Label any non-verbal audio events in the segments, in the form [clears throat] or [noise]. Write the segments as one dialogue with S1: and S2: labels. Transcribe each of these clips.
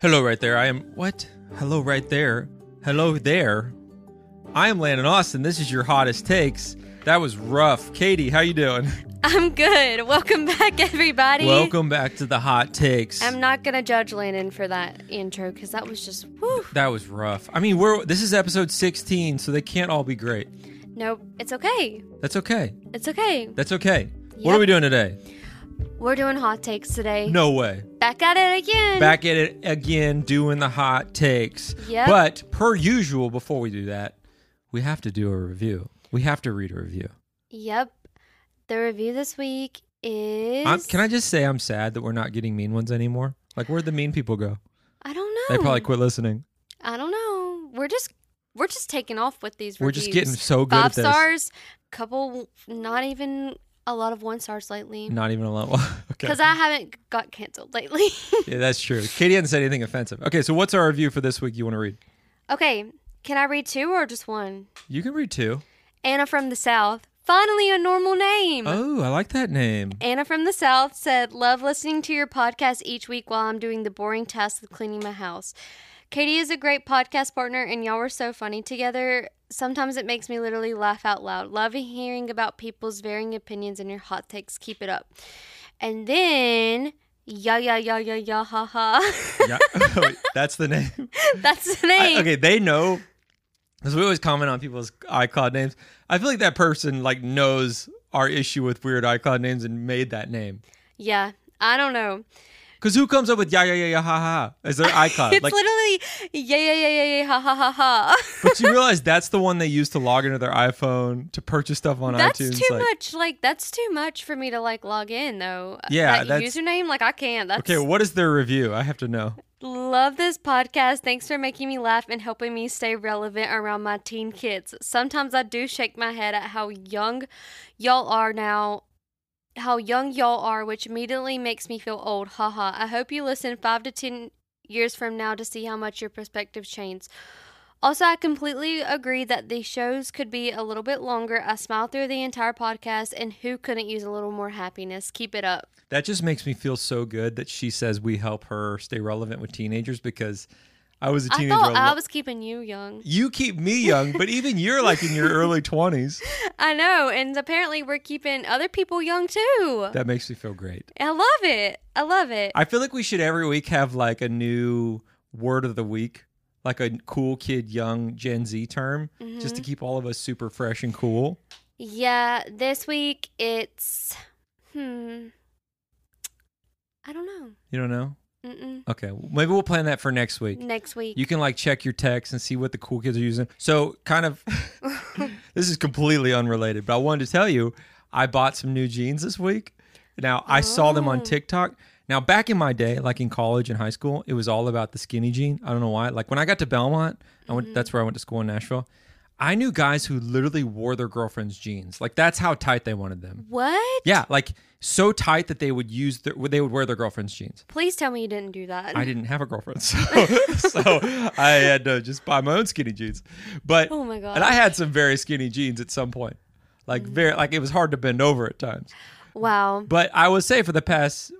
S1: Hello, right there. I am. What? Hello, right there. Hello, there. I am Landon Austin. This is your hottest takes. That was rough. Katie, how you doing?
S2: I'm good. Welcome back, everybody.
S1: Welcome back to the hot takes.
S2: I'm not gonna judge Landon for that intro because that was just whew.
S1: that was rough. I mean, we're this is episode 16, so they can't all be great.
S2: Nope, it's okay.
S1: That's okay.
S2: It's okay.
S1: That's okay. What are
S2: Yep.
S1: we doing today?
S2: We're doing hot takes today.
S1: No way.
S2: Back at it again.
S1: Back at it again, doing the hot takes.
S2: Yep.
S1: But per usual, before we do that, we have to do a review. We have to read a review.
S2: Yep. The review this week is.
S1: I'm, can I just say I'm sad that we're not getting mean ones anymore? Like, where'd the mean people go?
S2: I don't know.
S1: They probably quit listening.
S2: I don't know. We're just we're just taking off with these.
S1: We're
S2: Reviews.
S1: just getting so good
S2: five
S1: at this.
S2: stars. Couple, not even a lot of one stars lately.
S1: Not even a level. [laughs] okay.
S2: Because I haven't got canceled lately. [laughs]
S1: Yeah, that's true. Katie hasn't said anything offensive. Okay, so what's our review for this week you want to read?
S2: okay, can I read two or just one?
S1: You can read two.
S2: Anna from the South. Finally, a normal name.
S1: Oh, I like that
S2: [laughs]
S1: name.
S2: Anna from the South said, Love listening to your podcast each week while I'm doing the boring task of cleaning my house. Katie is a great podcast partner, and y'all were so funny together. Sometimes it makes me literally laugh out loud. Love hearing about people's varying opinions and your hot takes. Keep it up. And then, ya, ya, ya, ya, ya, ha, ha. [laughs]
S1: Yeah. [laughs] oh, that's the name.
S2: That's the
S1: I-
S2: name.
S1: okay, they know. Because we always comment on people's iCloud names. I feel like that person like knows our issue with weird iCloud names and made that name.
S2: Yeah, I don't know.
S1: Because who comes up with ya ya ya ya ha ha as
S2: [laughs]
S1: their iCloud?
S2: It's
S1: like,
S2: literally, yeah, yeah, yeah, yeah, yeah, ha, ha, ha, ha.
S1: but you realize that's the one they use to log into their iPhone to purchase stuff on
S2: that's
S1: iTunes.
S2: too
S1: like,
S2: much like that's too much for me to like log in though
S1: Yeah,
S2: that
S1: that's-
S2: username like i can't that's
S1: Okay, what is their review? I have to know.
S2: love this podcast thanks for making me laugh and helping me stay relevant around my teen kids sometimes i do shake my head at how young y'all are now how young y'all are which immediately makes me feel old haha i hope you listen five to ten years from now to see how much your perspective changes also, I completely agree that the shows could be a little bit longer. I smiled through the entire podcast, and who couldn't use a little more happiness? Keep it up.
S1: That just makes me feel so good that she says we help her stay relevant with teenagers because I was a
S2: I
S1: teenager.
S2: thought
S1: a
S2: I
S1: lo-
S2: was keeping you young.
S1: you keep me young, but even you're like in your early
S2: [laughs]
S1: 20s.
S2: I know, and apparently we're keeping other people young too.
S1: That makes me feel great.
S2: I love it. I love it.
S1: I feel like we should every week have like a new word of the week, like a cool kid, young Gen Z term, just
S2: Mm-hmm.
S1: to keep all of us super fresh and cool.
S2: Yeah, this week it's hmm. I don't know.
S1: You don't know?
S2: Mm-mm.
S1: Okay, maybe we'll plan that for next week.
S2: Next week.
S1: You can like check your text and see what the cool kids are using. So, kind of, this is completely unrelated, but I wanted to tell you I bought some new jeans this week. Now, I saw them on
S2: Oh.
S1: TikTok. Now, back in my day, like in college and high school, it was all about the skinny jean. I don't know why. Like when I got to Belmont, I went, that's where I went to school in Nashville. I knew guys who literally wore their girlfriend's jeans. Like that's how tight they wanted them.
S2: Mm-hmm. what?
S1: Yeah, like so tight that they would use their, they would wear their girlfriend's jeans.
S2: Please tell me you didn't do that.
S1: I didn't have a girlfriend, [laughs]
S2: [laughs]
S1: so, so I had to just buy my own skinny jeans. But
S2: Oh my Mm. god.
S1: and I had some very skinny jeans at some point, like very like it was hard to bend over at times.
S2: wow.
S1: But I would say for the past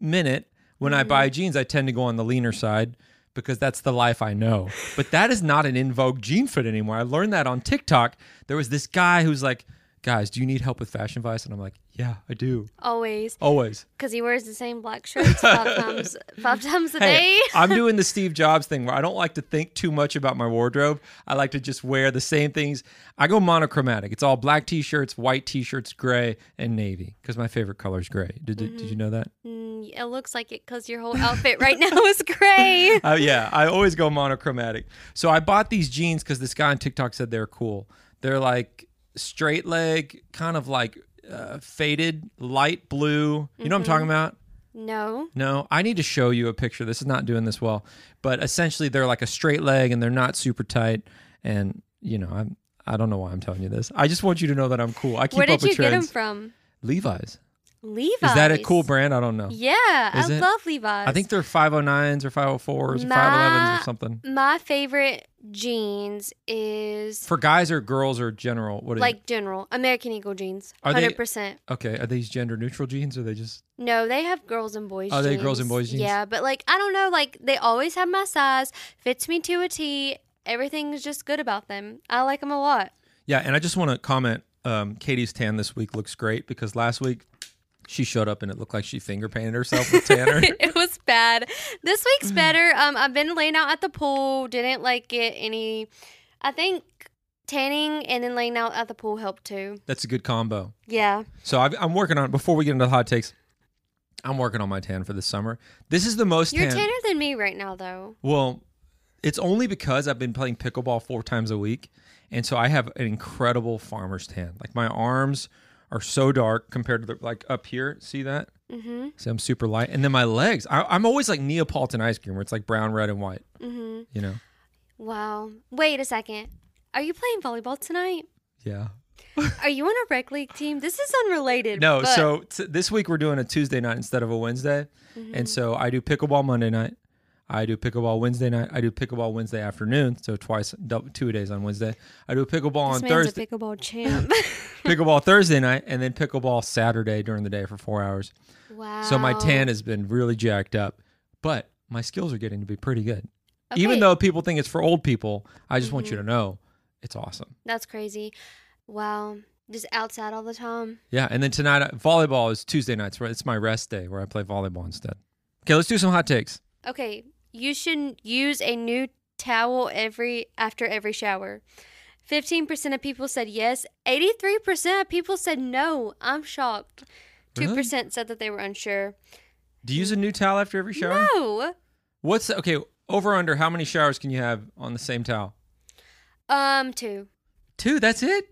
S1: minute, when I
S2: Mm.
S1: buy jeans, I tend to go on the leaner side because that's the life I know. But that is not an in vogue jean fit anymore. I learned that on TikTok. There was this guy who's like, "Guys, do you need help with fashion advice?" And I'm like, "Yeah, I do."
S2: Always.
S1: Always.
S2: Because he wears the same black
S1: [laughs]
S2: shirts five times, five times a
S1: Hey,
S2: [laughs] day.
S1: I'm doing the Steve Jobs thing where I don't like to think too much about my wardrobe. I like to just wear the same things. I go monochromatic. It's all black t-shirts, white t-shirts, gray, and navy because my favorite color is gray. Did, did, did you know that?
S2: Mm, it looks like it because your whole outfit right now is
S1: [laughs]
S2: gray.
S1: Oh yeah, I always go monochromatic. So I bought these jeans because this guy on TikTok said they're cool. They're like straight leg, kind of like uh, faded, light blue. You know what I'm talking about?
S2: No.
S1: No, I need to show you a picture. This is not doing this well, but essentially they're like a straight leg and they're not super tight. And you know, I'm I don't know why I'm telling you this. I just want you to know that I'm cool. I keep
S2: Where
S1: up
S2: did
S1: with
S2: you get them
S1: trends.
S2: from?
S1: Levi's.
S2: Levi's.
S1: Is that a cool brand? I don't know.
S2: Yeah,
S1: Is
S2: I
S1: it?
S2: love Levi's.
S1: I think they're 509s or 504s or
S2: My-
S1: 511s or something.
S2: my favorite jeans is
S1: For guys or girls or general? What are
S2: like general American Eagle jeans.
S1: Are they-
S2: Hundred percent.
S1: you- okay? Are these gender neutral jeans? Or are they just
S2: No, they have girls and boys.
S1: Oh,
S2: jeans.
S1: they girls and boys jeans?
S2: Yeah, but like I don't know, like they always have my size, fits me to a T. Everything's just good about them. I like them a lot. [laughs]
S1: yeah? And I just want to comment. Um, Katie's tan this week looks great because last week she showed up and it looked like she finger painted herself with
S2: [laughs]
S1: tanner.
S2: it was bad. This
S1: [laughs]
S2: week's better. Um, I've been laying out at the pool. Didn't like get any. I think tanning and then laying out at the pool helped too.
S1: That's a good combo.
S2: Yeah.
S1: So I've, I'm working on before we get into the hot takes. I'm working on my tan for this summer. This is the most
S2: You're
S1: tan.
S2: tanner than me right now, though.
S1: well, it's only because I've been playing pickleball four times a week, and so I have an incredible farmer's tan. Like my arms are so dark compared to the, like up here. See that?
S2: Mm-hmm.
S1: See, I'm super light, and then my legs. I, I'm always like Neapolitan ice cream, where it's like brown, red, and white.
S2: Mm-hmm.
S1: You know?
S2: Wow. Wait a second. Are you playing volleyball tonight?
S1: Yeah.
S2: Are you on a rec league team? This is unrelated.
S1: No,
S2: but-
S1: so t- this week we're doing a Tuesday night instead of a Wednesday.
S2: Mm-hmm.
S1: And so I do pickleball Monday night. I do pickleball Wednesday night. I do pickleball Wednesday afternoon. So twice, dou- two days on Wednesday. I do pickleball on
S2: this man's
S1: Thursday,
S2: a
S1: [laughs]
S2: pickleball champ. [laughs]
S1: pickleball Thursday night, and then pickleball Saturday during the day for four hours.
S2: wow.
S1: So my tan has been really jacked up, but my skills are getting to be pretty good. Even
S2: Okay, Mm-hmm.
S1: though people think it's for old people, I just want you to know it's awesome.
S2: that's crazy. Wow. Just outside all the time.
S1: Yeah. And then tonight, uh, volleyball is Tuesday nights. Where it's my rest day where I play volleyball instead. Okay, let's do some hot takes.
S2: Okay, you should use a new towel every after every shower. 15% of people said yes. 83% of people said no. I'm shocked. 2% said that they were unsure.
S1: Do you use a new towel after every shower?
S2: No.
S1: What's okay? Over under? How many showers can you have on the same towel?
S2: Um, two. [laughs]
S1: Two. That's it.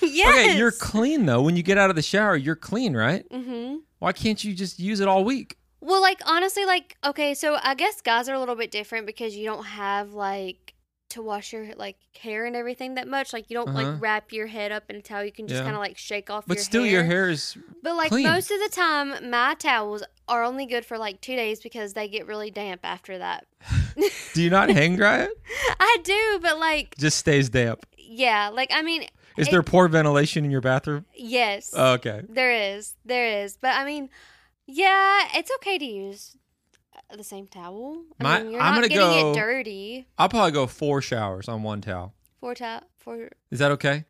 S2: yes.
S1: Okay, you're clean though. When you get out of the shower, you're clean, right?
S2: mm-hmm.
S1: Why can't you just use it all week?
S2: Well, like honestly, like okay, so I guess guys are a little bit different because you don't have like to wash your like hair and everything that much. Like you don't
S1: Uh-huh.
S2: like wrap your head up in a towel. You can just
S1: Yeah.
S2: kind of like shake off.
S1: But
S2: your
S1: still,
S2: hair.
S1: your hair is
S2: But like
S1: clean.
S2: most of the time, my towels are only good for like two days because they get really damp
S1: [laughs]
S2: after that. [laughs]
S1: Do you not hang dry it?
S2: I do, but like
S1: Just stays damp.
S2: yeah, like I mean,
S1: Is
S2: It-
S1: there poor ventilation in your bathroom?
S2: yes,
S1: Oh, okay.
S2: there is, there is. But I mean, yeah, it's okay to use the same towel. I
S1: My-
S2: mean, you're
S1: I'm
S2: not
S1: gonna
S2: getting
S1: go-
S2: it dirty.
S1: I'll probably go four showers on one towel.
S2: Four towel, four.
S1: Is that okay?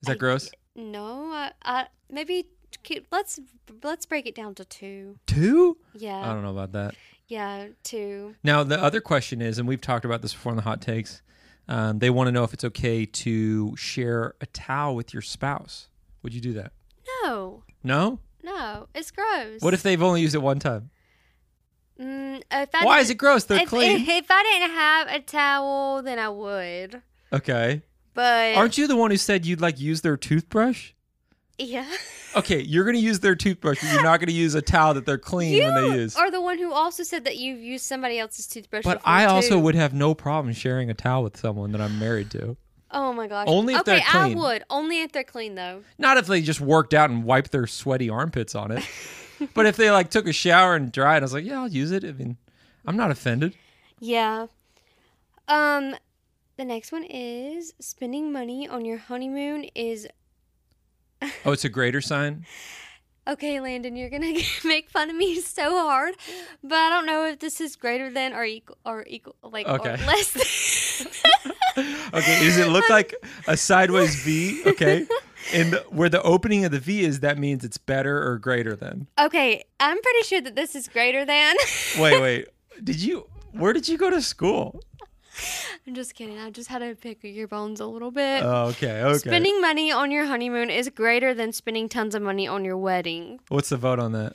S1: Is that
S2: I-
S1: gross?
S2: No, I, I maybe keep, let's let's break it down to two.
S1: Two? I
S2: Yeah,
S1: don't know about that.
S2: yeah, two.
S1: Now, the other question is, and we've talked about this before in the hot takes, um, they want to know if it's okay to share a towel with your spouse. Would you do that?
S2: No,
S1: No?
S2: no, it's gross.
S1: What if they've only used it one time?
S2: Mm, if I
S1: Why
S2: didn't-
S1: is it gross? They're
S2: if,
S1: clean.
S2: If I didn't have a towel, then I would. [laughs]
S1: Okay.
S2: But
S1: Aren't you the one who said you'd like use their toothbrush?
S2: yeah,
S1: Okay, you're going to use their toothbrush, but you're not going to use a towel that they're clean
S2: [laughs] you
S1: when they use.
S2: are the one who also said that you've used somebody else's toothbrush.
S1: But
S2: before,
S1: I also
S2: too.
S1: would have no problem sharing a towel with someone that I'm married to.
S2: Oh my gosh!
S1: Only if
S2: okay,
S1: they're clean.
S2: I would only if they're clean though.
S1: Not if they just worked out and wiped their sweaty armpits on it, but if they like took a shower and dried, I was like, yeah, I'll use it. I mean, I'm not offended.
S2: Yeah. Um, the next one is spending money on your honeymoon is
S1: Oh, it's a greater sign.
S2: okay, Landon. You're gonna [laughs] make fun of me so hard, but I don't know if this is greater than or equal or equal like or
S1: Okay.
S2: less. Than. [laughs]
S1: Okay, does it look like a sideways V? Okay, and the- where the opening of the V is, that means it's better or greater than.
S2: Okay, I'm pretty sure that this is greater than. [laughs]
S1: Wait, wait, did you? Where did you go to school?
S2: I'm just kidding. I just had to pick your bones a little bit.
S1: Oh, okay, okay.
S2: Uh, Spending money on your honeymoon is greater than spending tons of money on your wedding.
S1: What's the vote on that?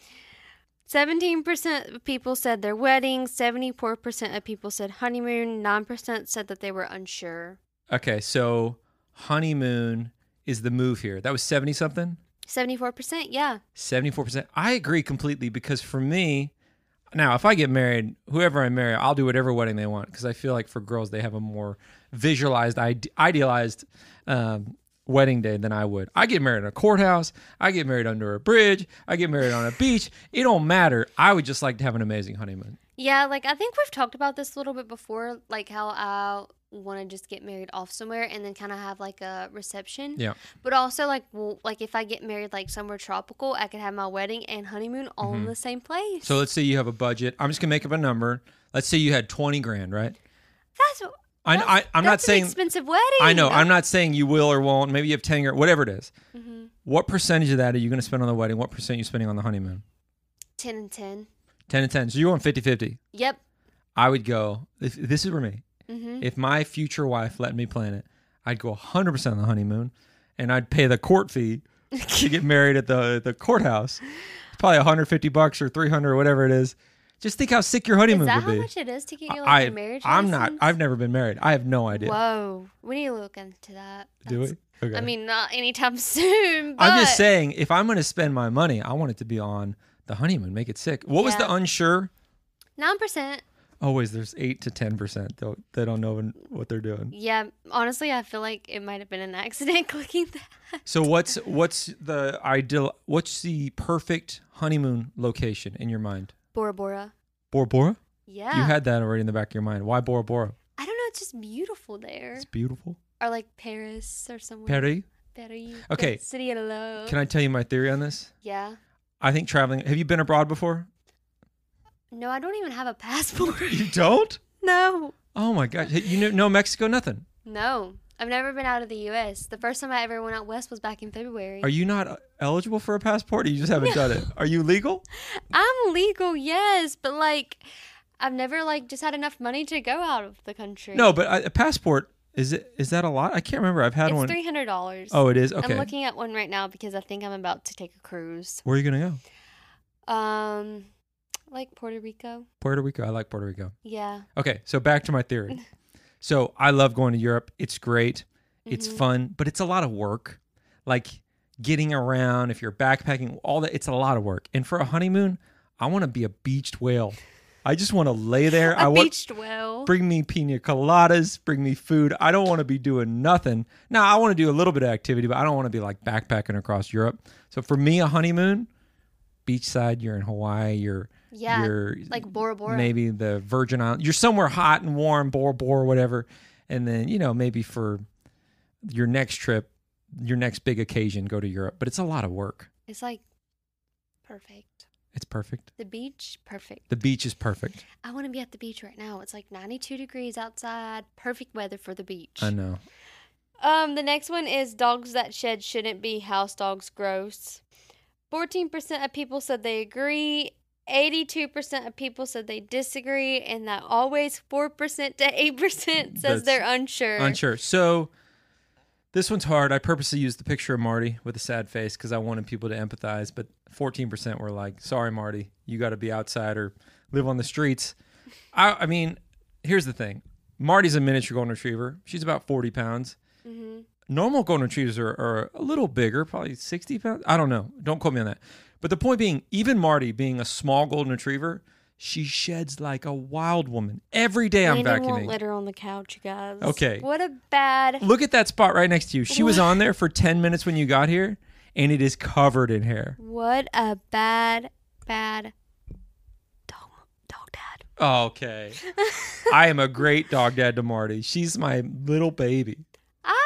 S2: 17% of people said their wedding, 74% of people said honeymoon, 9% said that they were unsure.
S1: Okay, so honeymoon is the move here. That was seventy something.
S2: 74%, yeah.
S1: 74%. I agree completely because for me, now if I get married, whoever I marry, I'll do whatever wedding they want because I feel like for girls, they have a more visualized, ide- idealized um, wedding day than I would. I get married in a courthouse. I get married under a bridge. I get married on a beach. It don't matter. I would just like to have an amazing honeymoon.
S2: Yeah, like I think we've talked about this a little bit before, like how I want to just get married off somewhere and then kind of have like a reception.
S1: Yeah.
S2: But also like well, like if I get married like somewhere tropical, I could have my wedding and honeymoon all
S1: Mm-hmm.
S2: in the same place.
S1: So let's say you have a budget. I'm just gonna make up a number. Let's say you had 20 grand, right?
S2: that's
S1: I,
S2: That's-
S1: I I'm not
S2: that's an
S1: saying
S2: expensive wedding.
S1: I know. I'm not saying you will or won't. Maybe you have 10 grand, whatever it is.
S2: Mm-hmm.
S1: What percentage of that are you gonna spend on the wedding? What percent are you spending on the honeymoon?
S2: ten and ten.
S1: 10 and 10. So you're on 50 50.
S2: Yep.
S1: I would go. If, this is for me.
S2: Mm-hmm.
S1: If my future wife let me plan it, I'd go 100% on the honeymoon, and I'd pay the court
S2: [laughs]
S1: fee to get married at the the courthouse. It's probably 150 bucks or 300 or whatever it is. Just think how sick your
S2: Is
S1: honeymoon
S2: that
S1: would
S2: how
S1: be.
S2: much it is to get your like,
S1: I,
S2: your marriage?
S1: I'm not.
S2: license?
S1: I've never been married. I have no idea.
S2: Whoa, we need to look into that.
S1: Do
S2: That's-
S1: it. Okay.
S2: I mean, not anytime [laughs] soon. But
S1: I'm just saying, if I'm going to spend my money, I want it to be on the honeymoon. Make it sick. What was
S2: Yeah.
S1: the unsure?
S2: nine percent.
S1: Always, there's eight to ten percent though. They don't know what they're doing.
S2: Yeah, honestly, I feel like it might have been an [laughs] accident clicking that.
S1: So what's what's the ideal? What's the perfect honeymoon location in your mind?
S2: Bora Bora.
S1: Bora Bora.
S2: Yeah,
S1: You had that already in the back of your mind. Why Bora Bora?
S2: I don't know. It's just beautiful there,
S1: It's beautiful.
S2: or like Paris or somewhere.
S1: Perry.
S2: Paris.
S1: Okay.
S2: the City of love.
S1: Can I tell you my theory on this?
S2: yeah.
S1: I think traveling. Have you been abroad before?
S2: No, I don't even have a passport.
S1: [clears throat] [laughs] You don't.
S2: no.
S1: Oh my gosh. You know, no Mexico, nothing.
S2: No, I've never been out of the U.S. The first time I ever went out west was back in February.
S1: Are you not uh, eligible for a passport? Or you just haven't
S2: [laughs]
S1: done it. Are you legal?
S2: I'm legal, yes, but like, I've never like just had enough money to go out of the country.
S1: No, but I, a passport is it? Is that a lot? I can't remember. I've had
S2: it's
S1: one.
S2: three hundred dollars.
S1: Oh, it is. Okay.
S2: I'm looking at one right now because I think I'm about to take a cruise.
S1: Where are you gonna go?
S2: Um, like Puerto Rico.
S1: Puerto Rico. I like Puerto Rico.
S2: Yeah.
S1: Okay, so back to my
S2: [laughs]
S1: theory. So I love going to Europe. It's great. It's
S2: Mhm.
S1: fun, but it's a lot of work. Like getting around, if you're backpacking, all that, it's a lot of work. And for a honeymoon, I want to be a beached whale. I just want to lay there. I
S2: I
S1: want
S2: beached well.
S1: bring me pina coladas, bring me food. I don't want to be doing nothing. Now I want to do a little bit of activity, but I don't want to be like backpacking across Europe. So for me, a honeymoon, beachside, you're in Hawaii, you're
S2: Yeah,
S1: you're
S2: like Bora Bora.
S1: maybe the Virgin Islands. You're somewhere hot and warm, Bora Bora, whatever. And then, you know, maybe for your next trip, your next big occasion, go to Europe. But it's a lot of work.
S2: It's like perfect.
S1: It's perfect.
S2: The beach, perfect.
S1: The beach is perfect.
S2: I want to be at the beach right now. It's like 92 degrees outside. Perfect weather for the beach.
S1: I know.
S2: Um, the next one is dogs that shed shouldn't be house dogs. Gross. Fourteen percent of people said they agree. Eighty-two percent of people said they disagree, and that always four percent to eight percent
S1: That's
S2: says they're unsure.
S1: Unsure. So this one's hard. I purposely used the picture of Marty with a sad face because I wanted people to empathize, but 14% were like, sorry, Marty, you got to be outside or live on the streets. I, I mean, here's the thing Marty's a miniature golden retriever. She's about 40 pounds. Normal golden retrievers are, are a little bigger, probably 60 pounds. I don't know. Don't quote me on that. But the point being, even Marty being a small golden retriever, she sheds like a wild woman. Every day I'm
S2: Landon won't
S1: vacuuming.
S2: let her on the couch, you guys.
S1: Okay.
S2: What a bad.
S1: Look at that spot right next to you. She was on there for 10 minutes when you got here, and it is covered in hair.
S2: What a bad, bad dog, dog dad.
S1: Okay. I am a great dog dad to Marty. She's my little baby.
S2: I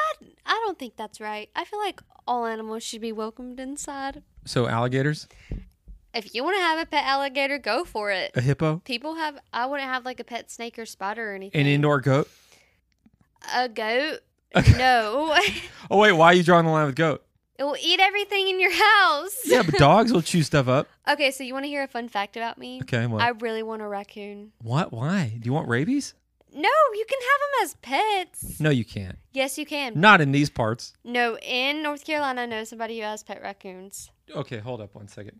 S2: I don't think that's right. I feel like all animals should be welcomed inside.
S1: So, alligators,
S2: If you want to have a pet alligator, go for it.
S1: a hippo,
S2: People have. I wouldn't have like a pet snake or spider or anything.
S1: an indoor goat.
S2: a goat. No, [laughs]
S1: Oh, wait, why are you drawing the line with goat?
S2: it will eat everything in your house.
S1: Yeah, but dogs will chew stuff up.
S2: Okay, so you want to hear a fun fact about me?
S1: Okay, what?
S2: [laughs] I really want a raccoon.
S1: what? Why? Do you want rabies?
S2: No, you can have them as pets.
S1: No, you can't.
S2: Yes, you can.
S1: Not in these parts.
S2: No, in North Carolina, I know somebody who has pet raccoons.
S1: Okay, hold up one second.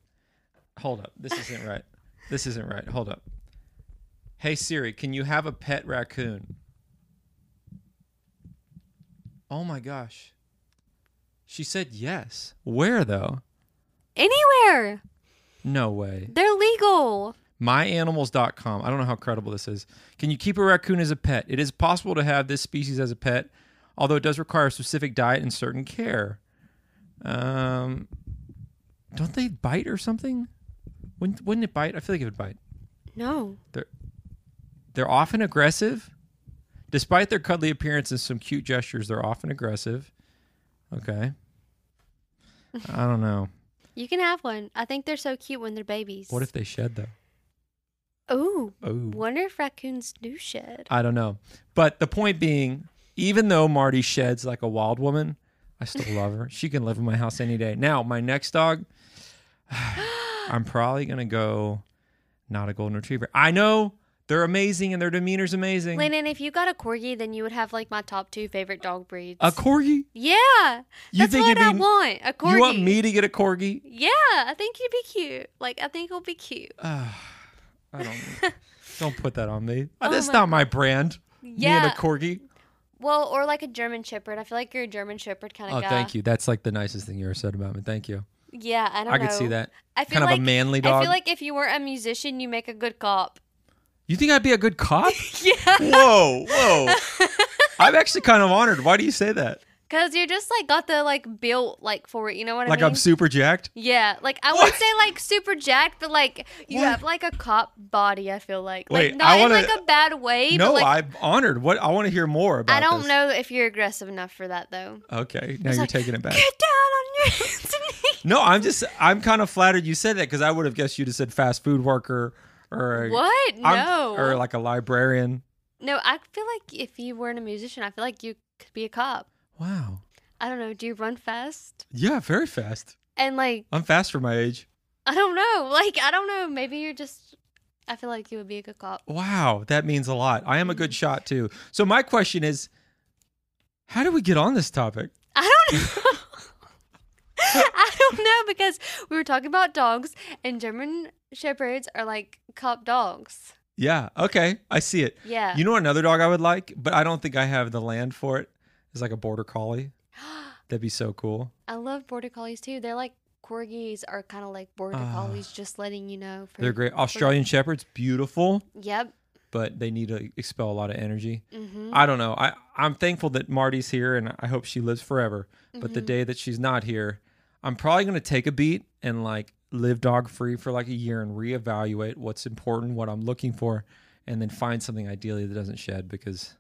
S1: Hold up. This isn't right. This isn't right. Hold up. Hey Siri, can you have a pet raccoon? Oh my gosh. She said yes. Where though?
S2: Anywhere,
S1: No way.
S2: they're legal.
S1: Myanimals.com. I don't know how credible this is. Can you keep a raccoon as a pet? It is possible to have this species as a pet, although it does require a specific diet and certain care. Um, don't they bite or something? Wouldn't, wouldn't it bite? I feel like it would bite.
S2: No,
S1: They're often aggressive. Despite their cuddly appearance and some cute gestures, they're often aggressive. Okay. I don't know.
S2: You can have one. I think they're so cute when they're babies.
S1: What if they shed though?
S2: Ooh,
S1: Oh.
S2: wonder if raccoons do shed.
S1: I don't know. But the point being, even though Marty sheds like a wild woman, I still love her. She can live in my house any day. Now, my next dog, [sighs] I'm probably going to go not a golden retriever. I know they're amazing and their demeanor's amazing.
S2: Lennon, if you got a corgi, then you would have like my top two favorite dog breeds.
S1: a corgi?
S2: yeah,
S1: You
S2: that's
S1: think
S2: what I
S1: it'd be-
S2: want. A corgi.
S1: You want me to get a corgi?
S2: Yeah, I think it'd be cute. Like I think it'll be cute.
S1: Ah, I
S2: [laughs]
S1: don't Don't put that on me. Uh,
S2: Oh
S1: That's
S2: my
S1: not my brand. Me and
S2: Yeah.
S1: a corgi.
S2: Well, or like a German Shepherd. I feel like you're a German Shepherd kind of
S1: Oh,
S2: guy.
S1: thank you. That's like the nicest thing you ever said about me. Thank you.
S2: Yeah, I don't
S1: I
S2: know.
S1: could see that.
S2: I feel
S1: Kind
S2: like
S1: of a manly
S2: I
S1: dog.
S2: feel like if you were a musician, you make a good cop.
S1: you think I'd be a good cop?
S2: [laughs] Yeah,
S1: [laughs] whoa, whoa. I'm actually kind of honored. Why do you say that?
S2: because you're just like got the like built like for it. You know what
S1: Like
S2: I mean?
S1: I'm super jacked?
S2: yeah, like I
S1: What?
S2: wouldn't say like super jacked, but like you
S1: What?
S2: have like a cop body. I feel like
S1: Wait,
S2: like not
S1: I wanna-
S2: in like a bad way.
S1: no,
S2: but, like,
S1: I'm honored. What I want to hear more about
S2: I don't
S1: this.
S2: know if you're aggressive enough for that though.
S1: Okay, now
S2: It's
S1: you're
S2: like,
S1: taking it
S2: [laughs]
S1: back.
S2: Get down on your hands and knees.
S1: No, I'm just I'm kind of flattered you said that because I would have guessed you'd have said fast food worker or a-
S2: What?
S1: I'm-
S2: No.
S1: or like a librarian.
S2: no, I feel like if you weren't a musician, I feel like you could be a cop.
S1: Wow.
S2: I don't know. Do you run fast?
S1: Yeah, very fast.
S2: And like
S1: I'm fast for my age.
S2: I don't know. [laughs] Like I don't know. Maybe you're just. I feel like you would be a good cop. [laughs]
S1: Wow, that means a lot. I am a good shot too. So my question is, how do we get on this topic?
S2: I don't know. [laughs] I don't know because we were talking about dogs and German shepherds are like cop dogs.
S1: Yeah. Okay, I see it.
S2: Yeah.
S1: You know another dog I would like, but I don't think I have the land for it. It's like a border collie. That'd be so cool.
S2: [gasps] I love border collies too. They're like corgis are kind of like border
S1: Ah.
S2: collies, just letting you know. For,
S1: They're great. Australian shepherds, beautiful,
S2: Yep.
S1: but they need to expel a lot of energy.
S2: Mm-hmm.
S1: I don't know. I I'm thankful that Marty's here, and I hope she lives forever. But
S2: Mm-hmm.
S1: the day that she's not here, I'm probably gonna take a beat and like live dog free for like a year and reevaluate what's important, what I'm looking for, and then find something ideally that doesn't shed because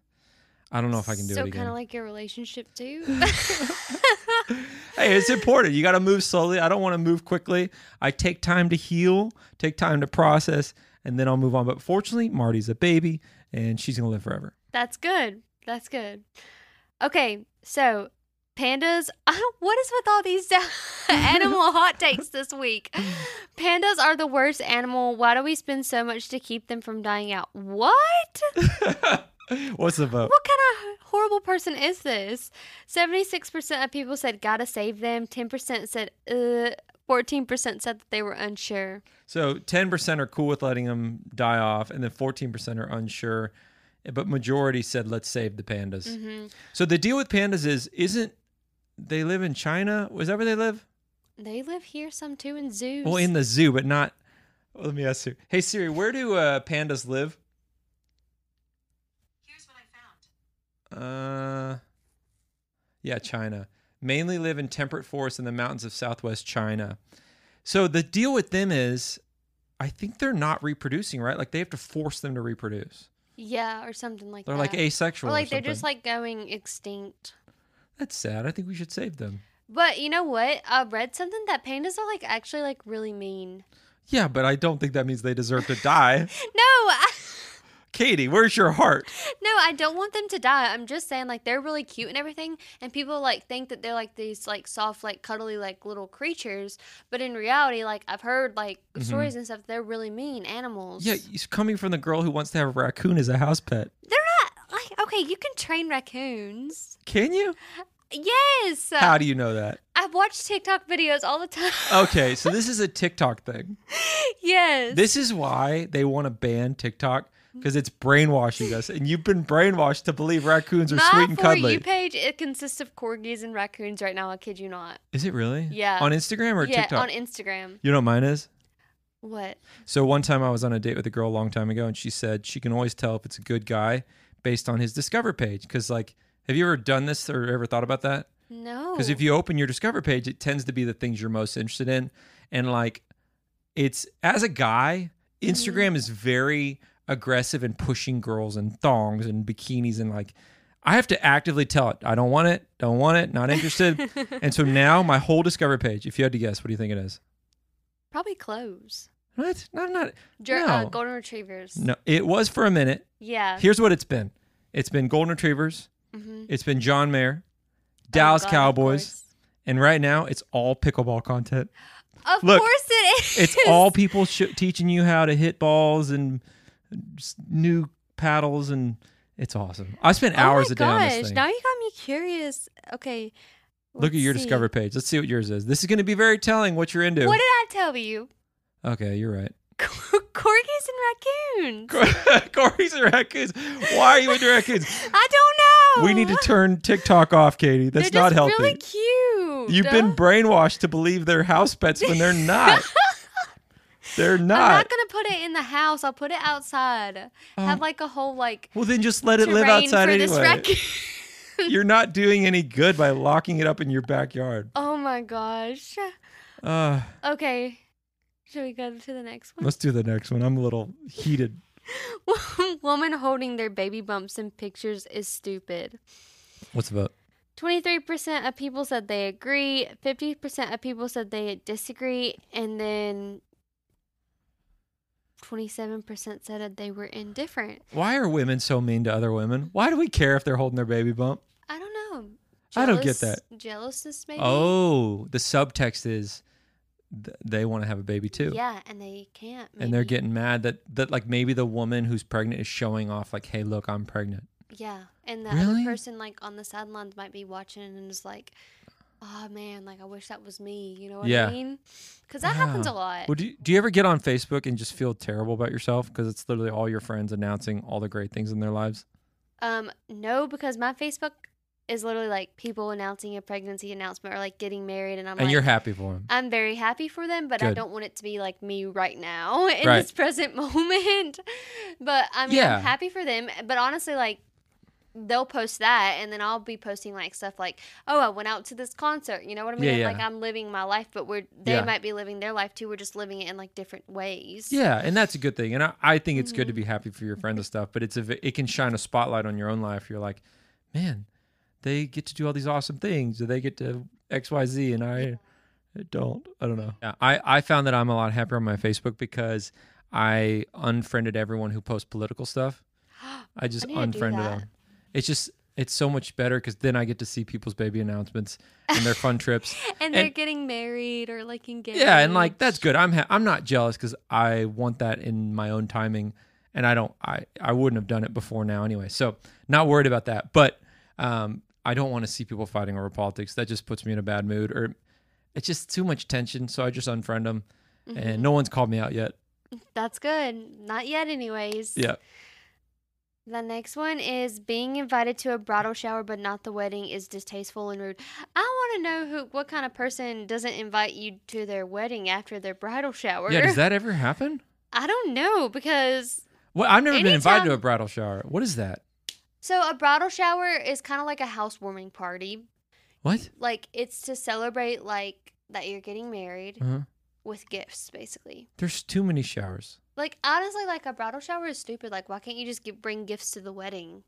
S1: I don't know if I can do
S2: so
S1: it again.
S2: kind of like your relationship too.
S1: [laughs]
S2: [laughs]
S1: hey, it's important. You got to move slowly. I don't want to move quickly. I take time to heal, take time to process, and then I'll move on. But fortunately, Marty's a baby and she's going to live forever. [laughs]
S2: That's good. That's good. Okay, so pandas. [laughs] I don't, what is with all these [laughs] animal
S1: [laughs]
S2: hot takes this week? Pandas are the worst animal. Why do we spend so much to keep them from dying out? What?
S1: What's the vote?
S2: What kind of horrible person is this? 76% of people said, gotta save them. 10% said, uh. 14% said that they were unsure.
S1: So 10% are cool with letting them die off, and then 14% are unsure. But majority said, let's save the pandas.
S2: hmm
S1: So the deal with pandas is, isn't they live in China? Is that where they live?
S2: They live here some too in zoos.
S1: Well, in the zoo, but not. oh, Let me ask Siri. Hey Siri, where do uh, pandas live? Here's what I found. Uh, yeah, China. Mainly live in temperate forests in the mountains of southwest China. So the deal with them is, I think they're not reproducing, right? Like they have to force them to reproduce.
S2: yeah, or something like
S1: They're
S2: that.
S1: like asexual.
S2: or like they're
S1: something.
S2: just like going extinct.
S1: That's sad. I think we should save them.
S2: But you know what? I read something that pandas are like actually like really mean. [laughs]
S1: Yeah, but I don't think that means they deserve to die.
S2: No, I, [laughs]
S1: Katie, where's your heart?
S2: no, I don't want them to die. I'm just saying like they're really cute and everything, and people like think that they're like these like soft, like cuddly, like little creatures. But in reality, like I've heard like
S1: Mhm.
S2: stories and stuff, they're really mean animals.
S1: Yeah, it's coming from the girl who wants to have a raccoon as a house pet.
S2: they're not like okay. You can train raccoons.
S1: Can you?
S2: Yes,
S1: How Oh. do you know that?
S2: I've watched TikTok videos all the time.
S1: Okay, so this is a TikTok thing.
S2: [laughs] yes,
S1: This is why they want to ban TikTok because it's brainwashing us, and you've been brainwashed to believe raccoons are
S2: my
S1: sweet and
S2: for
S1: cuddly.
S2: you page it consists of corgis and raccoons. Right now, I kid you not.
S1: is it really?
S2: Yeah.
S1: On Instagram or
S2: yeah,
S1: TikTok?
S2: on Instagram.
S1: you know what mine is?
S2: What?
S1: So one time I was on a date with a girl a long time ago, and she said she can always tell if it's a good guy based on his Discover page. Because like, have you ever done this or ever thought about that?
S2: No.
S1: Because if
S2: [laughs]
S1: you open your Discover page, it tends to be the things you're most interested
S2: Mm-hmm.
S1: in. And like, it's as a guy, Instagram is very aggressive and pushing girls in thongs and bikinis and like I have to actively tell it. I don't want it. Don't want it. Not
S2: [laughs]
S1: interested. and so now my whole discover page. If you had to guess, what do you think it is?
S2: Probably clothes.
S1: What? No, I'm not.
S2: Jer- uh,
S1: No.
S2: golden retrievers.
S1: No, it was for a minute.
S2: Yeah.
S1: Here's what it's been. It's been Golden Retrievers.
S2: Mhm.
S1: It's been John Mayer,
S2: Oh,
S1: Dallas
S2: God,
S1: Cowboys,
S2: Of,
S1: and right now it's all pickleball content.
S2: course. Of
S1: Look,
S2: course it is.
S1: It's all people sh- teaching you how to hit balls and s- new paddles, and it's awesome. I spent
S2: [laughs] Oh
S1: hours
S2: my
S1: a day on
S2: gosh,
S1: this thing.
S2: Now you got me curious. Okay.
S1: Look at
S2: let's
S1: your
S2: see.
S1: Discover page. Let's see what yours is. This is going to be very telling what you're into.
S2: What did I tell you? [laughs]
S1: okay, you're right. [laughs]
S2: Corgis and raccoons.
S1: Corey's a raccoons. Why are you into raccoons?
S2: [laughs] I don't know.
S1: We need
S2: [laughs]
S1: to turn TikTok off, Katie. That's
S2: they're
S1: not
S2: just
S1: healthy.
S2: Really cute.
S1: You've been brainwashed to believe they're house pets when they're
S2: [laughs]
S1: not. they're not.
S2: I'm not gonna put it in the house. I'll put it outside. Have
S1: Oh.
S2: like a whole like
S1: well, then just let it
S2: terrain
S1: live outside
S2: for
S1: anyway.
S2: this raccoon.
S1: You're not doing any good by locking it up in your backyard.
S2: [laughs] oh my gosh.
S1: Uh,
S2: Okay. Should we go to the
S1: [laughs]
S2: next one? [laughs]
S1: let's do the next one. I'm a little heated.
S2: Woman holding their baby bumps in pictures is stupid.
S1: What's the vote?
S2: 23% of people said they agree, 50% of people said they disagree, and then 27% said that they were indifferent.
S1: Why are women so mean to other women? Why do we care if they're holding their baby bump?
S2: I don't know.
S1: I don't get that.
S2: Jealousness, maybe?
S1: Oh, the subtext is th- they want to have a baby too.
S2: Yeah, and they can't. Maybe.
S1: And they're getting mad that, that like maybe the woman who's pregnant is showing off like, hey, look, I'm pregnant.
S2: Yeah, and the
S1: Really?
S2: other person, like, on the sidelines might be watching and is like, oh, man, like, I wish that was me. You know what
S1: Yeah.
S2: I mean? Because that happens a
S1: Wow.
S2: lot.
S1: Well, do you, do you ever get on Facebook and just feel terrible about yourself because it's literally all your friends announcing all the great things in their lives?
S2: Um, no, because my Facebook is literally like people announcing a pregnancy announcement or like getting married, and I'm
S1: and
S2: like,
S1: you're happy for them.
S2: I'm very happy for them, but I
S1: Good.
S2: don't want it to be like me right now [laughs] in
S1: Right.
S2: this present moment. But I mean,
S1: Yeah.
S2: I'm happy for them. But honestly, like they'll post that, and then I'll be posting like stuff like, "Oh, I went out to this concert." You know what I mean?
S1: Yeah,
S2: And,
S1: yeah.
S2: Like I'm living my life, but we're they
S1: Yeah.
S2: might be living their life too. We're just living it in like different ways.
S1: Yeah, and that's a good thing. And I, I think it's
S2: Mm-hmm.
S1: good to be happy for your friends and stuff, but it's a, v- it can shine a spotlight on your own life. You're like, man, they get to do all these awesome things. Or they get to X, Y, Z, and I don't. I don't know. Yeah, I, I found that I'm a lot happier on my Facebook because I unfriended everyone who posts political
S2: [gasps]
S1: stuff. I just
S2: I need to do
S1: unfriended
S2: that.
S1: them. It's just it's so much better because then I get to see people's baby announcements and their fun trips.
S2: and they're
S1: And-
S2: getting married or like engaged.
S1: Yeah, and like that's good. I'm ha- I'm not jealous because I want that in my own timing, and I don't I I wouldn't have done it before now anyway. So not worried about that. But um, I don't want to see people fighting over politics. That just puts me in a bad mood, or it's just too much tension. So I just unfriend them, and no one's called me out yet.
S2: Mm-hmm. That's good. Not yet, anyways.
S1: Yeah,
S2: The next one is being invited to a bridal shower but not the wedding is distasteful and rude. I want to know who, what kind of person doesn't invite you to their wedding after their bridal shower.
S1: yeah.
S2: [laughs]
S1: Does that ever happen?
S2: I don't know because
S1: Well, I've never been invited to a
S2: Anytime-
S1: bridal shower. What is that?
S2: so a bridal shower is kind of like a housewarming party.
S1: What?
S2: Like it's to celebrate like that you're getting married
S1: Uh-huh.
S2: with gifts, basically.
S1: There's too many showers.
S2: Like honestly, like a bridal shower is stupid. Like why can't you just give, bring gifts to the wedding?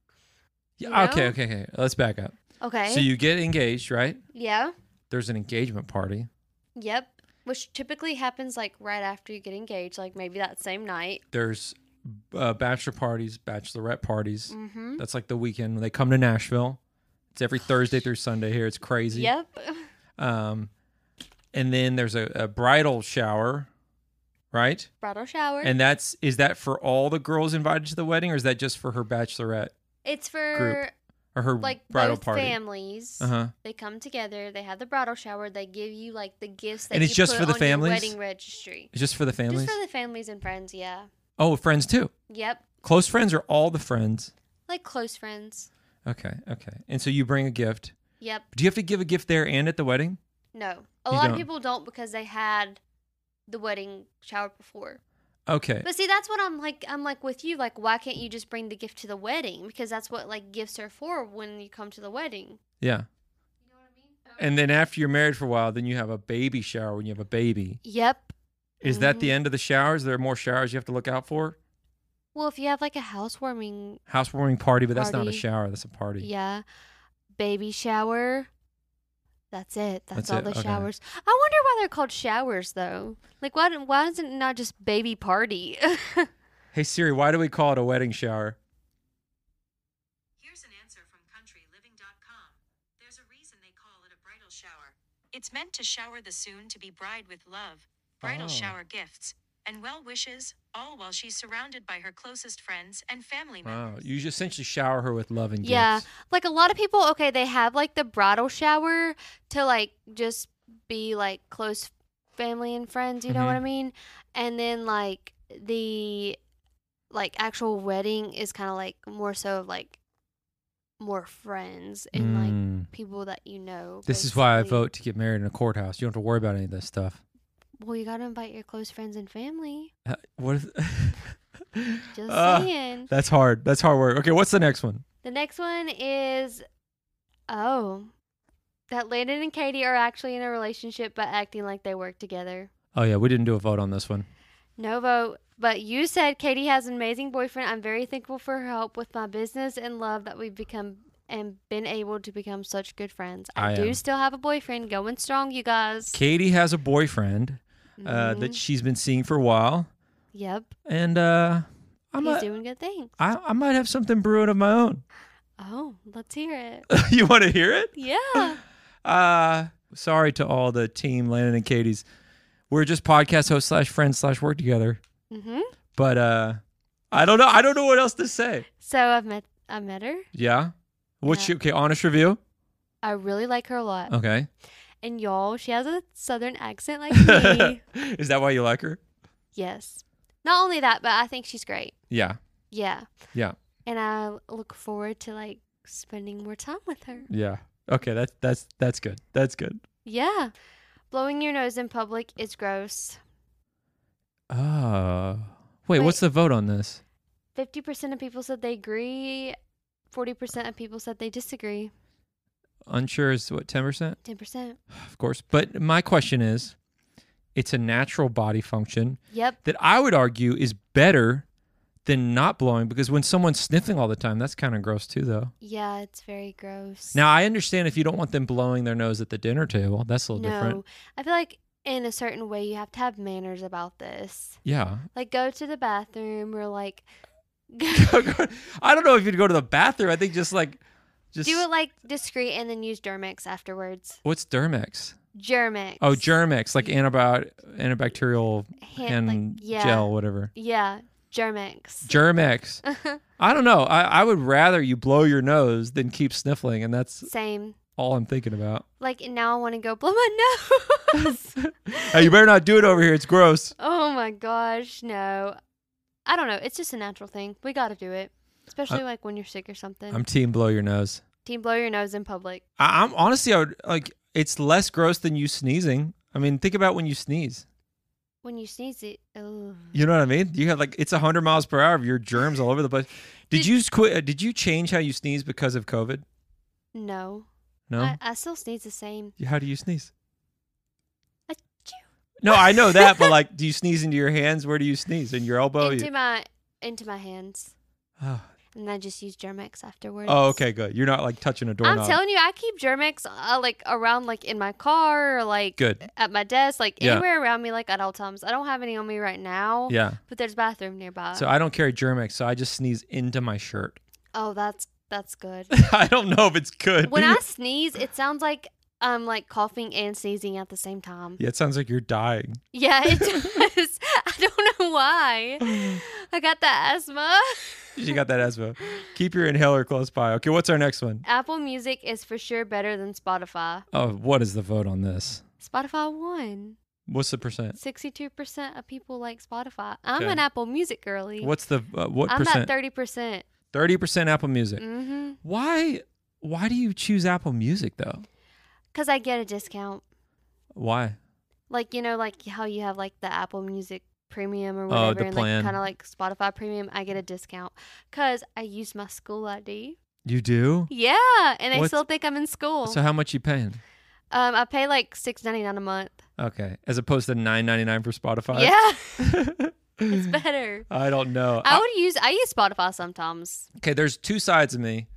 S1: Yeah.
S2: You
S1: Okay.
S2: know?
S1: Okay. Okay. Let's back up.
S2: Okay.
S1: So you get engaged, right?
S2: yeah.
S1: There's an engagement party.
S2: Yep. Which typically happens like right after you get engaged, like maybe that same night.
S1: there's uh, bachelor parties, bachelorette parties.
S2: Mm-hmm.
S1: That's like the weekend when they come to Nashville. It's every Thursday through Sunday here. It's crazy.
S2: Yep. [laughs]
S1: Um, and then there's a, a bridal shower, right?
S2: Bridal shower.
S1: And that's is that for all the girls invited to the wedding, or is that just for her bachelorette
S2: it's for
S1: or her
S2: like
S1: bridal
S2: both
S1: party?
S2: families.
S1: Uh huh.
S2: They come together. They have the bridal shower. They give you like the gifts that
S1: And it's
S2: you
S1: just
S2: put
S1: for the
S2: on your
S1: families?
S2: wedding registry.
S1: It's just for the families.
S2: Just for the families and friends. Yeah.
S1: oh, friends too.
S2: Yep.
S1: Close friends or all the friends?
S2: Like close friends.
S1: Okay. Okay. And so you bring a gift.
S2: Yep.
S1: Do you have to give a gift there and at the wedding?
S2: No. A
S1: You
S2: lot
S1: don't-
S2: of people don't because they had the wedding shower before.
S1: Okay.
S2: But see, that's what I'm like. I'm like with you. Like, why can't you just bring the gift to the wedding? Because that's what like gifts are for when you come to the wedding.
S1: Yeah. And then after you're married for a while, then you have a baby shower when you have a baby.
S2: Yep.
S1: Is that
S2: Mhm.
S1: the end of the showers? There are more showers you have to look out for?
S2: Well, if you have like a housewarming,
S1: Housewarming party, but that's not a
S2: Party.
S1: shower. That's a party.
S2: yeah, baby shower. That's it. That's,
S1: That's
S2: all
S1: it,
S2: the
S1: okay.
S2: showers. I wonder why they're called showers though. Like why don't- why is it not just baby party? [laughs]
S1: Hey Siri, why do we call it a wedding shower?
S3: Here's an answer from countryliving.com. There's a reason they call it a bridal shower. It's meant to shower the soon to be bride with love,
S1: Oh.
S3: bridal shower gifts, and well wishes, all while she's surrounded by her closest friends and family members.
S1: Wow. You just essentially shower her with love and
S2: Yeah.
S1: gifts.
S2: Like a lot of people, okay, they have like the bridal shower to like just be like close family and friends, you know
S1: Mm-hmm.
S2: what I mean? And then like the like actual wedding is kind of like more so of, like more friends and like
S1: Mm.
S2: people that you know.
S1: this is why I
S2: basically.
S1: vote to get married in a courthouse. You don't have to worry about any of this stuff.
S2: Well, you got to invite your close friends and family.
S1: Uh, What if-
S2: [laughs] Just
S1: Ah,
S2: saying.
S1: That's hard. That's hard work. Okay, what's the next one?
S2: The next one is oh, that Landon and Katie are actually in a relationship but acting like they work together.
S1: Oh yeah, we didn't do a vote on this one.
S2: No vote. But you said Katie has an amazing boyfriend. I'm very thankful for her help with my business and love that we've become and been able to become such good friends. I,
S1: I
S2: do
S1: am.
S2: still have a boyfriend going strong, you guys.
S1: Katie has a boyfriend uh,
S2: Mhm.
S1: that she's been seeing for a while,
S2: yep.
S1: and uh, I'm
S2: He's
S1: a,
S2: doing good things.
S1: I, I might have something brewing of my own. [laughs]
S2: Oh, let's hear it.
S1: you want to hear it?
S2: Yeah.
S1: Uh, sorry to all the team, Landon and Katie's. We're just podcast hosts slash friends slash work together.
S2: hmm
S1: But uh, I don't know. I don't know what else to say.
S2: So I've met I met her.
S1: Yeah. What's
S2: Yeah.
S1: your okay? Honest review.
S2: I really like her a lot.
S1: Okay.
S2: And y'all, she has a southern accent like
S1: [laughs]
S2: me.
S1: Is that why you like her?
S2: yes. Not only that, but I think she's great.
S1: Yeah.
S2: Yeah.
S1: Yeah.
S2: And I look forward to like spending more time with her.
S1: Yeah. Okay. That's that's that's good. That's good.
S2: Yeah. Blowing your nose in public is gross.
S1: Oh. Wait, What's the vote on this?
S2: 50% of people said they agree. 40% of people said they disagree.
S1: Unsure is what ten percent,
S2: 10%.
S1: of course. But my question is, it's a natural body function.
S2: Yep.
S1: that I would argue is better than not blowing because when someone's sniffing all the time, that's kind of gross too, though.
S2: Yeah, it's very gross.
S1: Now, I understand if you don't want them blowing their nose at the dinner table, that's a little different.
S2: I feel like in a certain way you have to have manners about this.
S1: Yeah. [laughs]
S2: Like go to the bathroom or like [laughs]
S1: I don't know if you'd go to the bathroom. I think just like, just
S2: do it like discreet and then use Germex afterwards.
S1: what's Dermex?
S2: Germex.
S1: Oh, Germex, like antibiotic, antibacterial
S2: Hand-
S1: hand
S2: like, yeah.
S1: gel, whatever.
S2: Yeah, Germex.
S1: Germex.
S2: Uh.
S1: I don't know. I, I would rather you blow your nose than keep sniffling, and that's
S2: [laughs] Same.
S1: all I'm thinking about.
S2: Like and now I want to go blow my [laughs] nose.
S1: [laughs] Hey, you better not do it over here. It's gross.
S2: oh my gosh, no. I don't know. It's just a natural thing. We got to do it, especially like when you're sick or something.
S1: Uh, I'm team blow your nose.
S2: Team blow your nose in public.
S1: I, I'm honestly, I would like. It's less gross than you sneezing. I mean, think about when you sneeze.
S2: When you sneeze it. Oh.
S1: You know what I mean? You have like it's hundred miles per hour of your germs all over the place. Did,
S2: Did-
S1: you quit? uh, Did you change how you sneeze because of COVID?
S2: No.
S1: No.
S2: I, I still sneeze the same.
S1: You- how do you sneeze?
S2: Achoo.
S1: No, I know that, but like, do you sneeze into your hands? Where do you sneeze? In your elbow?
S2: into
S1: You-
S2: my into my hands.
S1: oh.
S2: And I just use Germex afterwards.
S1: Oh, okay, good. You're not like touching a doorknob.
S2: I'm telling you, I keep Germex uh, like around, like in my car, or like
S1: Good.
S2: at my desk, like
S1: Yeah.
S2: anywhere around me, like at all times. I don't have any on me right now,
S1: Yeah.
S2: but there's a bathroom nearby.
S1: So I don't carry Germex, so I just sneeze into my shirt. [laughs]
S2: oh, that's that's good.
S1: I don't know if it's good.
S2: when I sneeze, it sounds like I'm like coughing and sneezing at the same time.
S1: yeah, it sounds like you're dying.
S2: Yeah,
S1: [laughs]
S2: it does. I don't know why. I got the asthma.
S1: You got that asthma. Keep your inhaler close by. Okay, what's our next one?
S2: Apple Music is for sure better than Spotify.
S1: Oh, what is the vote on this?
S2: Spotify won.
S1: What's the percent?
S2: 62% of people like Spotify. I'm
S1: Okay.
S2: an Apple Music girly.
S1: What's the uh, what
S2: I'm
S1: percent?
S2: at 30%.
S1: Thirty percent Apple Music.
S2: Mm-hmm.
S1: Why? Why do you choose Apple Music though?
S2: Because I get a discount.
S1: Why?
S2: Like, you know, like how you have like the Apple Music premium or
S1: Oh,
S2: whatever.
S1: the
S2: and
S1: plan.
S2: like kind of like Spotify premium. I get a discount. Because I use my school ID.
S1: You do.
S2: Yeah. And they
S1: What's-
S2: still think I'm in school.
S1: So how much you paying?
S2: um, I pay like six ninety nine a month.
S1: [laughs] Okay, as opposed to nine ninety nine for Spotify.
S2: Yeah. It's better.
S1: I don't know.
S2: I would use I use Spotify sometimes.
S1: okay, there's two sides of me.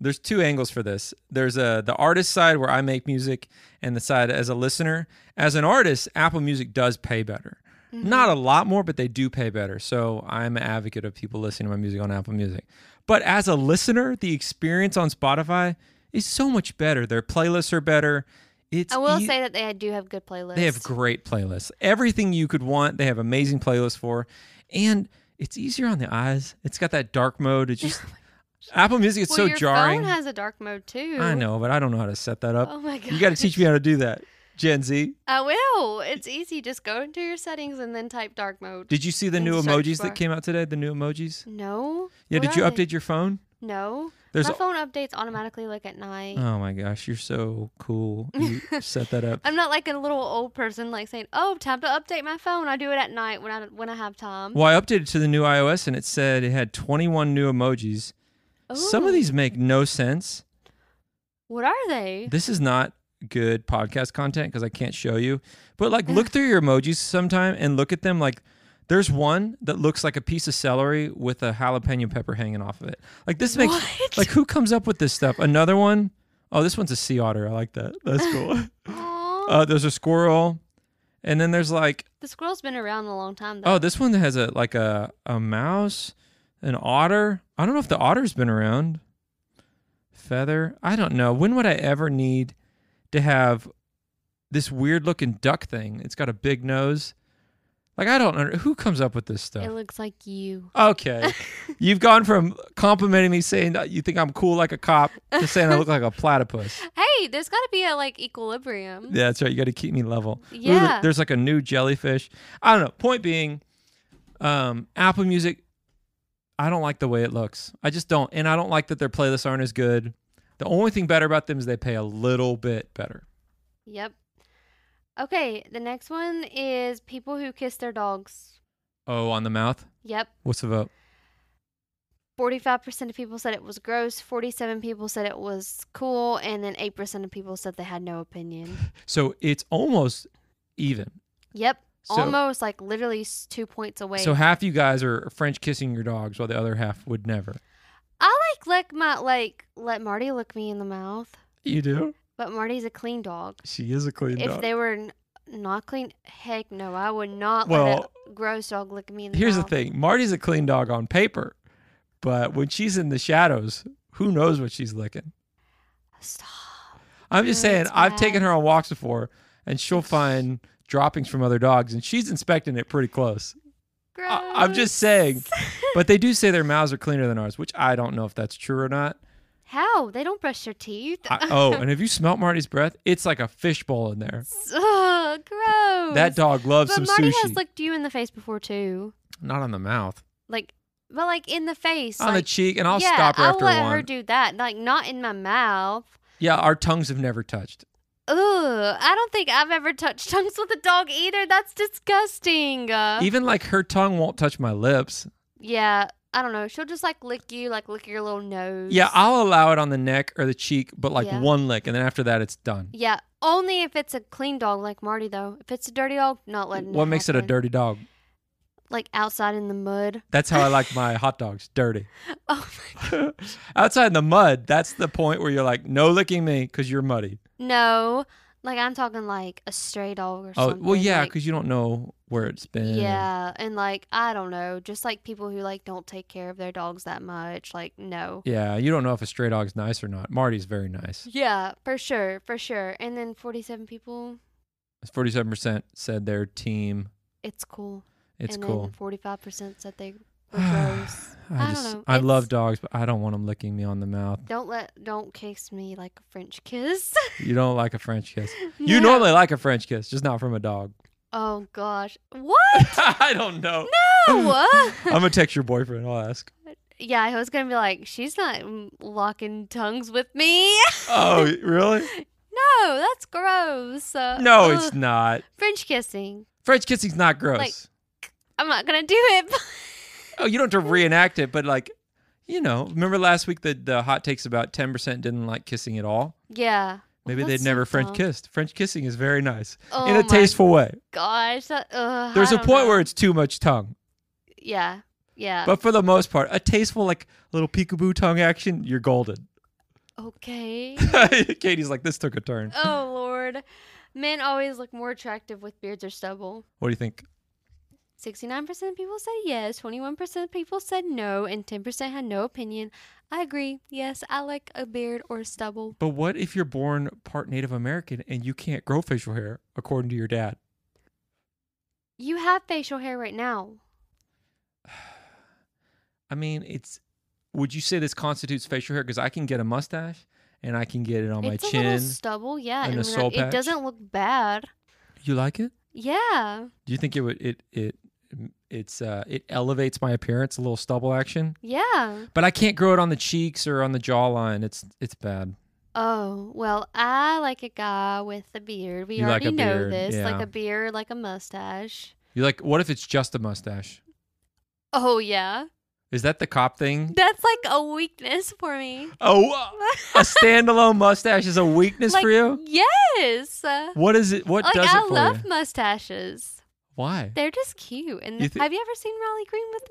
S1: There's two angles for this. There's a the artist side where I make music and the side as a listener. As an artist, Apple Music does pay better.
S2: Mm-hmm.
S1: Not a lot more, but they do pay better. So I'm an advocate of people listening to my music on Apple Music. But as a listener, the experience on Spotify is so much better. Their playlists are better. It's e-
S2: I will
S1: ea-
S2: say that they do have good playlists.
S1: They have great playlists. Everything you could want, they have amazing playlists for. And it's easier on the eyes. It's got that dark mode. It's
S2: [laughs]
S1: just Apple Music is
S2: Oh well,
S1: so
S2: your
S1: jarring.
S2: phone has a dark mode too.
S1: I know, but I don't know how to set that up.
S2: Oh my god.
S1: you got to teach me how to do that. Gen Z.
S2: [laughs] I will. It's easy. Just go into your settings and then type dark mode.
S1: Did you see the
S2: In
S1: new
S2: the search
S1: emojis
S2: bar.
S1: that came out today? The new emojis?
S2: no.
S1: Yeah,
S2: What
S1: did you
S2: are they?
S1: update your phone?
S2: No.
S1: There's
S2: My
S1: a-
S2: phone updates automatically like at night.
S1: Oh my gosh, you're so cool.
S2: [laughs]
S1: You set that up.
S2: I'm not like a little old person like saying, "Oh, time to update my phone." I do it at night when I when I have time.
S1: Well, I updated to the new iOS and it said it had 21 new emojis. Some
S2: Ooh.
S1: of these make no sense.
S2: What
S1: [laughs]
S2: are they?
S1: this is not good podcast content because I can't show you. But like, look through your emojis sometime and look at them. Like, there's one that looks like a piece of celery with a jalapeno pepper hanging off of it. Like this makes
S2: What?
S1: like who comes up with this stuff? Another one. Oh, this one's a sea otter. I like that. That's cool.
S2: Aw.
S1: uh, there's a squirrel, and then there's like
S2: the squirrel's been around a long time though.
S1: oh, this one has a like a a mouse, an otter. I don't know if the otter's been around. Feather. I don't know. When would I ever need to have this weird looking duck thing? It's got a big nose. Like I don't know who comes up with this
S2: It
S1: stuff.
S2: looks like you. [laughs]
S1: Okay, you've gone from complimenting me saying that you think I'm cool like a cop to saying I look like a platypus.
S2: Hey, there's got to be a like equilibrium.
S1: Yeah, that's right. You got to keep me level. Ooh, there-
S2: Mm-hmm. Yeah.
S1: there's like a new jellyfish. I don't know. Point being, um, Apple Music, I don't like the way it looks. I just don't. And I don't like that their playlists aren't as good. The only thing better about them is they pay a little bit better.
S2: Yep. Okay, the next one is people who kiss their dogs.
S1: Oh, on the mouth?
S2: Yep.
S1: What's the vote?
S2: 45% of people said it was gross, 47 people said it was cool, and then 8% of people said they had no opinion.
S1: So it's almost even.
S2: Yep.
S1: So-
S2: Almost like literally s- two points away.
S1: So half you guys are French kissing your dogs while the other half would never.
S2: I like let my like let Marty look me in the mouth,
S1: You do?
S2: but Marty's a clean dog.
S1: She is a clean
S2: if they were n- not clean, heck no, I would not let
S1: Well,
S2: a gross dog lick me in the
S1: Here's the
S2: mouth.
S1: thing Marty's a clean dog on paper, but when she's in the shadows, who knows what she's licking?
S2: Stop.
S1: I'm just
S2: Yeah,
S1: saying,
S2: it's
S1: I've
S2: Oh, bad.
S1: taken her on walks before, and she'll find droppings from other dogs, and she's inspecting it pretty close.
S2: Gross.
S1: I, I'm just saying, but they do say their mouths are cleaner than ours, which I don't know if that's true or not.
S2: How? They don't brush their teeth. [laughs]
S1: I, oh, and have you smelt Marty's breath? It's like a fishbowl in there.
S2: Ugh, gross.
S1: That dog loves some
S2: But Marty
S1: sushi.
S2: has looked you in the face before too.
S1: not on the mouth,
S2: Like but like in the face.
S1: on the
S2: like,
S1: cheek, and I'll
S2: yeah,
S1: stop her
S2: I'll
S1: after
S2: let
S1: one.
S2: her do that. Like not in my mouth.
S1: yeah, our tongues have never touched.
S2: Ugh. I don't think I've ever touched [laughs] tongues with a dog either. That's disgusting. Uh,
S1: Even like her tongue won't touch my lips.
S2: yeah. I don't know. She'll just like lick you, like lick your little nose.
S1: Yeah, I'll allow it on the neck or the cheek, but like
S2: Yeah.
S1: one lick, and then after that, it's done.
S2: yeah. Only if it's a clean dog like Marty though. If it's a dirty dog, not letting
S1: What makes it a
S2: happen.
S1: dirty dog?
S2: like outside in the mud. [laughs]
S1: That's how I like my hot dogs dirty. [laughs]
S2: Oh
S1: Outside in the mud, that's the point where you're like, no licking me because you're muddy.
S2: No, like I'm talking like a stray dog or
S1: Oh,
S2: something.
S1: well, yeah,
S2: like-
S1: because you don't know where it's been.
S2: yeah, and like I don't know, just like people who like don't take care of their dogs that much. Like no,
S1: Yeah, you don't know if a stray dog's nice or not. Marty's very nice.
S2: yeah, for sure, for sure. And then 47 people,
S1: 47% said their team.
S2: it's cool.
S1: It's
S2: and
S1: cool.
S2: Then 45 percent said
S1: [sighs]
S2: they were gross. I
S1: I
S2: don't
S1: just,
S2: know,
S1: I love
S2: it's-
S1: dogs, but I don't want them licking me on the mouth.
S2: Don't let, don't kiss me like a French kiss. [laughs]
S1: You don't like a French kiss. You
S2: No.
S1: normally like a French kiss, just not from a dog. [laughs]
S2: Oh gosh, what?
S1: I don't know.
S2: No.
S1: I'm gonna text your boyfriend. I'll ask.
S2: [laughs] yeah, I was gonna be like, she's not mm, locking tongues with me. [laughs]
S1: Oh, really?
S2: No, that's gross. Uh,
S1: No,
S2: ugh.
S1: it's not.
S2: French kissing.
S1: French kissing's not gross.
S2: Like- I'm not gonna do it. [laughs]
S1: oh, you don't have to reenact it, but like, you know, remember last week the the hot takes about ten percent didn't like kissing at all.
S2: yeah.
S1: Maybe
S2: That's
S1: they'd
S2: so
S1: never French
S2: dumb.
S1: kissed. French kissing is very nice
S2: Oh
S1: in a
S2: my
S1: tasteful way.
S2: Gosh, that, ugh,
S1: There's
S2: a
S1: a point where it's too much tongue.
S2: yeah, yeah.
S1: But for the most part, a tasteful like little peekaboo tongue action, you're golden. [laughs]
S2: okay.
S1: Katie's like, this took a turn.
S2: oh lord, men always look more attractive with beards or stubble.
S1: What do you think?
S2: 69% of people said yes, 21% of people said no, and 10% had no opinion. I agree. Yes, I like a beard or stubble.
S1: But what if you're born part Native American and you can't grow facial hair according to your dad?
S2: You have facial hair right now.
S1: I mean, it's. Would you say this constitutes facial hair? Because I can get a mustache and I can get it on my
S2: it's a
S1: chin.
S2: little stubble, yeah.
S1: and a
S2: like,
S1: soul patch.
S2: it doesn't look bad.
S1: you like it?
S2: Yeah.
S1: Do you think it would it it it's uh it elevates my appearance a little stubble action?
S2: Yeah.
S1: But I can't grow it on the cheeks or on the jawline. It's it's bad.
S2: Oh, well, I like a guy with a beard. We
S1: You like
S2: already
S1: a
S2: know
S1: beard,
S2: this. Like
S1: yeah.
S2: a beard, like a mustache.
S1: You like what if it's just a mustache?
S2: Oh, yeah.
S1: Is that the cop thing?
S2: That's like a weakness for me. [laughs]
S1: Oh, a standalone mustache is a weakness
S2: Like,
S1: for you?
S2: Yes.
S1: What is it? What
S2: like,
S1: does
S2: I
S1: it for
S2: love
S1: you?
S2: mustaches. [laughs]
S1: Why?
S2: They're just cute. And
S1: You thi-
S2: have you ever seen Riley Green with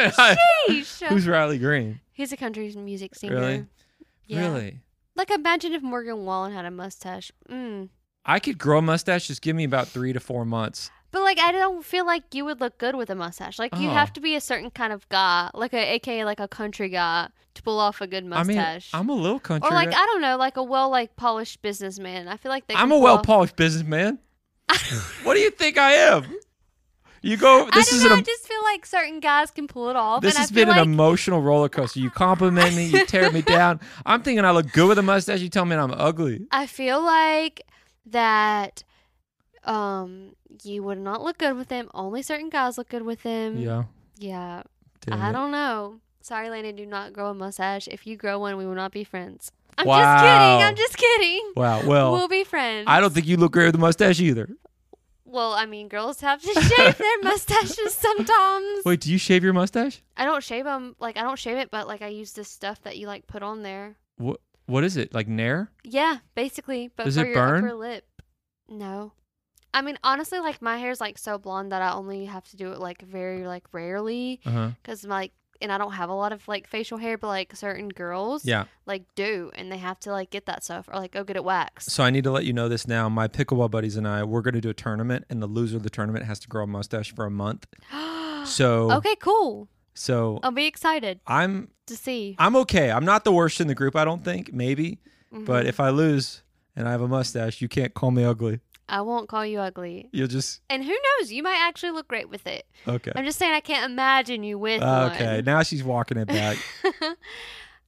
S1: [laughs]
S2: mustache? Sheesh.
S1: Who's Riley Green?
S2: He's a country music singer.
S1: Really?
S2: Yeah.
S1: Really?
S2: Like imagine if Morgan Wallen had a mustache. Mm.
S1: I could grow a mustache. Just give me about three to four months.
S2: But like I don't feel like you would look good with a mustache. Like you
S1: Oh.
S2: have to be a certain kind of guy, like a aka like a country guy to pull off a good mustache.
S1: I mean, I'm a little country.
S2: or like
S1: right?
S2: I don't know, like a well like polished businessman. I feel like they
S1: I'm
S2: could
S1: a well
S2: pull-
S1: polished
S2: [laughs]
S1: businessman. what do you think I am? You go.
S2: I
S1: This
S2: don't
S1: is
S2: know,
S1: an,
S2: I just feel like certain guys can pull it off.
S1: this
S2: and
S1: has
S2: I feel
S1: been
S2: like,
S1: an emotional roller coaster. You compliment me, you tear me
S2: [laughs]
S1: down. I'm thinking I look good with a mustache. You tell me I'm ugly.
S2: I feel like that um you would not look good with him. Only certain guys look good with him.
S1: Yeah.
S2: Yeah.
S1: dang
S2: Mm, I
S1: it.
S2: don't know. Sorry, Landon, do not grow a mustache. If you grow one, we will not be friends. I'm just
S1: Wow.
S2: kidding. I'm just kidding.
S1: Wow. Well,
S2: we'll be friends.
S1: I don't think you look great with a mustache either.
S2: Well, I mean, girls have to [laughs]
S1: [laughs]
S2: shave their mustaches sometimes.
S1: Wait, do you shave your mustache?
S2: I don't shave them. Like, I don't shave it, but like, I use this stuff that you like put on there.
S1: What What is it? Like Nair?
S2: Yeah, basically. But
S1: Does
S2: for
S1: it
S2: your
S1: burn?
S2: upper lip, no. I mean, honestly, like my hair's like so blonde that I only have to do it like very like rarely,
S1: Uh huh.
S2: cause my like, and I don't have a lot of like facial hair, but like certain girls,
S1: Yeah.
S2: like do and they have to like get that stuff or like go get it waxed.
S1: So I need to let you know this now. My pickleball buddies and I, we're going to do a tournament, and the loser of the tournament has to grow a mustache for a month.
S2: [gasps]
S1: So,
S2: okay, Oh. cool.
S1: so
S2: I'll be excited
S1: I'm
S2: to see.
S1: I'm okay. I'm not the worst in the group, I don't think. Maybe, but
S2: Mhm.
S1: if I lose and I have a mustache, you can't call me ugly.
S2: I won't call you ugly.
S1: You'll just
S2: And who knows, you might actually look great with it.
S1: okay.
S2: I'm just saying I can't imagine you with
S1: Okay,
S2: [laughs]
S1: now she's walking it back.
S2: one.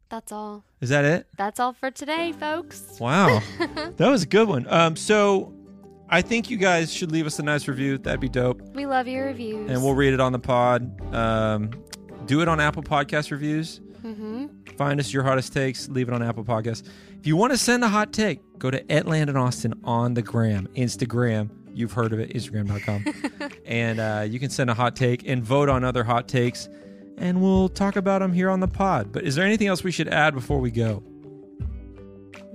S2: That's all.
S1: Is that it?
S2: That's all for today, folks.
S1: Wow, that was a good one. Um, so I think you guys should leave us a nice review. That'd be dope.
S2: We love your reviews.
S1: and we'll read it on the pod. Um, do it on Apple Podcast reviews.
S2: hmm
S1: Find us your hottest takes. Leave it on Apple Podcasts. If you want to send a hot take, go to Atlanta and Austin on the gram, Instagram. You've heard of it, Instagram.com, and uh, you can send a hot take and vote on other hot takes, and we'll talk about them here on the pod. But is there anything else we should add before we go?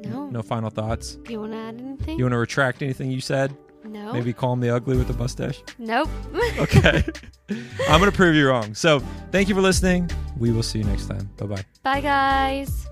S2: No.
S1: No final thoughts.
S2: You want to add anything?
S1: You want to retract anything you said?
S2: no.
S1: Maybe call me ugly with a mustache.
S2: Nope.
S1: Okay, [laughs] I'm gonna prove you wrong. So thank you for listening. We will see you next time. Bye bye.
S2: [laughs] Bye, guys.